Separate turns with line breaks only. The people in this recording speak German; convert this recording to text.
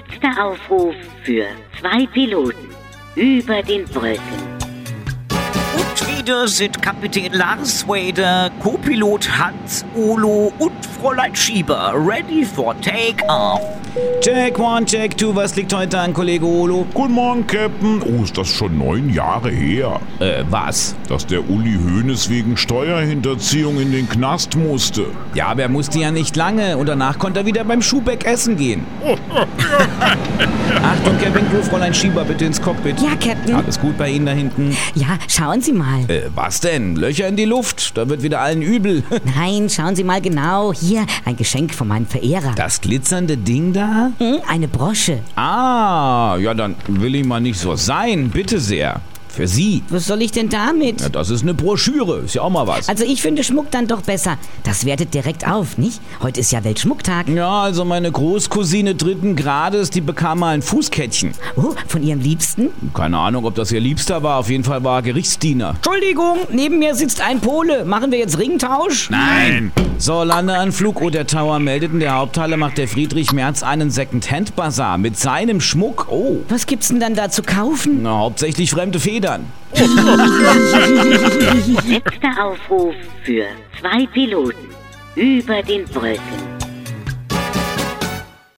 Spendenaufruf für zwei Piloten über den Wolken.
Und wieder sind Kapitän Lars Wader, Co-Pilot Hans Olo und Fräulein Schieber ready for Take-Off.
Check one, check two, was liegt heute an, Kollege Olo?
Guten Morgen, Captain. Oh, ist das schon neun Jahre her,
Äh, was?
dass der Uli Hoeneß wegen Steuerhinterziehung in den Knast musste.
Ja, aber er musste ja nicht lange und danach konnte er wieder beim Schubeck essen gehen. Achtung, Captain Crew, Fräulein Schieber, bitte ins Cockpit.
Ja, Captain.
Alles gut bei Ihnen da hinten?
Ja, schauen Sie mal.
Äh, was denn? Löcher in die Luft, da wird wieder allen übel.
Nein, schauen Sie mal genau. Hier, ein Geschenk von meinem Verehrer.
Das glitzernde Ding da?
Hm, eine Brosche.
Ah, ja, dann will ich mal nicht so sein, bitte sehr. Für Sie.
Was soll ich denn damit?
Ja, das ist eine Broschüre, ist ja auch mal was.
Also ich finde Schmuck dann doch besser. Das wertet direkt auf, nicht? Heute ist ja Weltschmucktag.
Ja, also meine Großcousine dritten Grades, die bekam mal ein Fußkettchen.
Oh, von Ihrem Liebsten?
Keine Ahnung, ob das ihr Liebster war, auf jeden Fall war er Gerichtsdiener.
Entschuldigung, neben mir sitzt ein Pole. Machen wir jetzt Ringtausch?
Nein! So, Landeanflug, oh, der Tower meldeten, der Haupthalle macht der Friedrich Merz einen Second-Hand-Bazar mit seinem Schmuck. Oh,
Was gibt's denn dann da zu kaufen?
na, hauptsächlich fremde Federn.
Letzter Aufruf für zwei Piloten über den Wolken.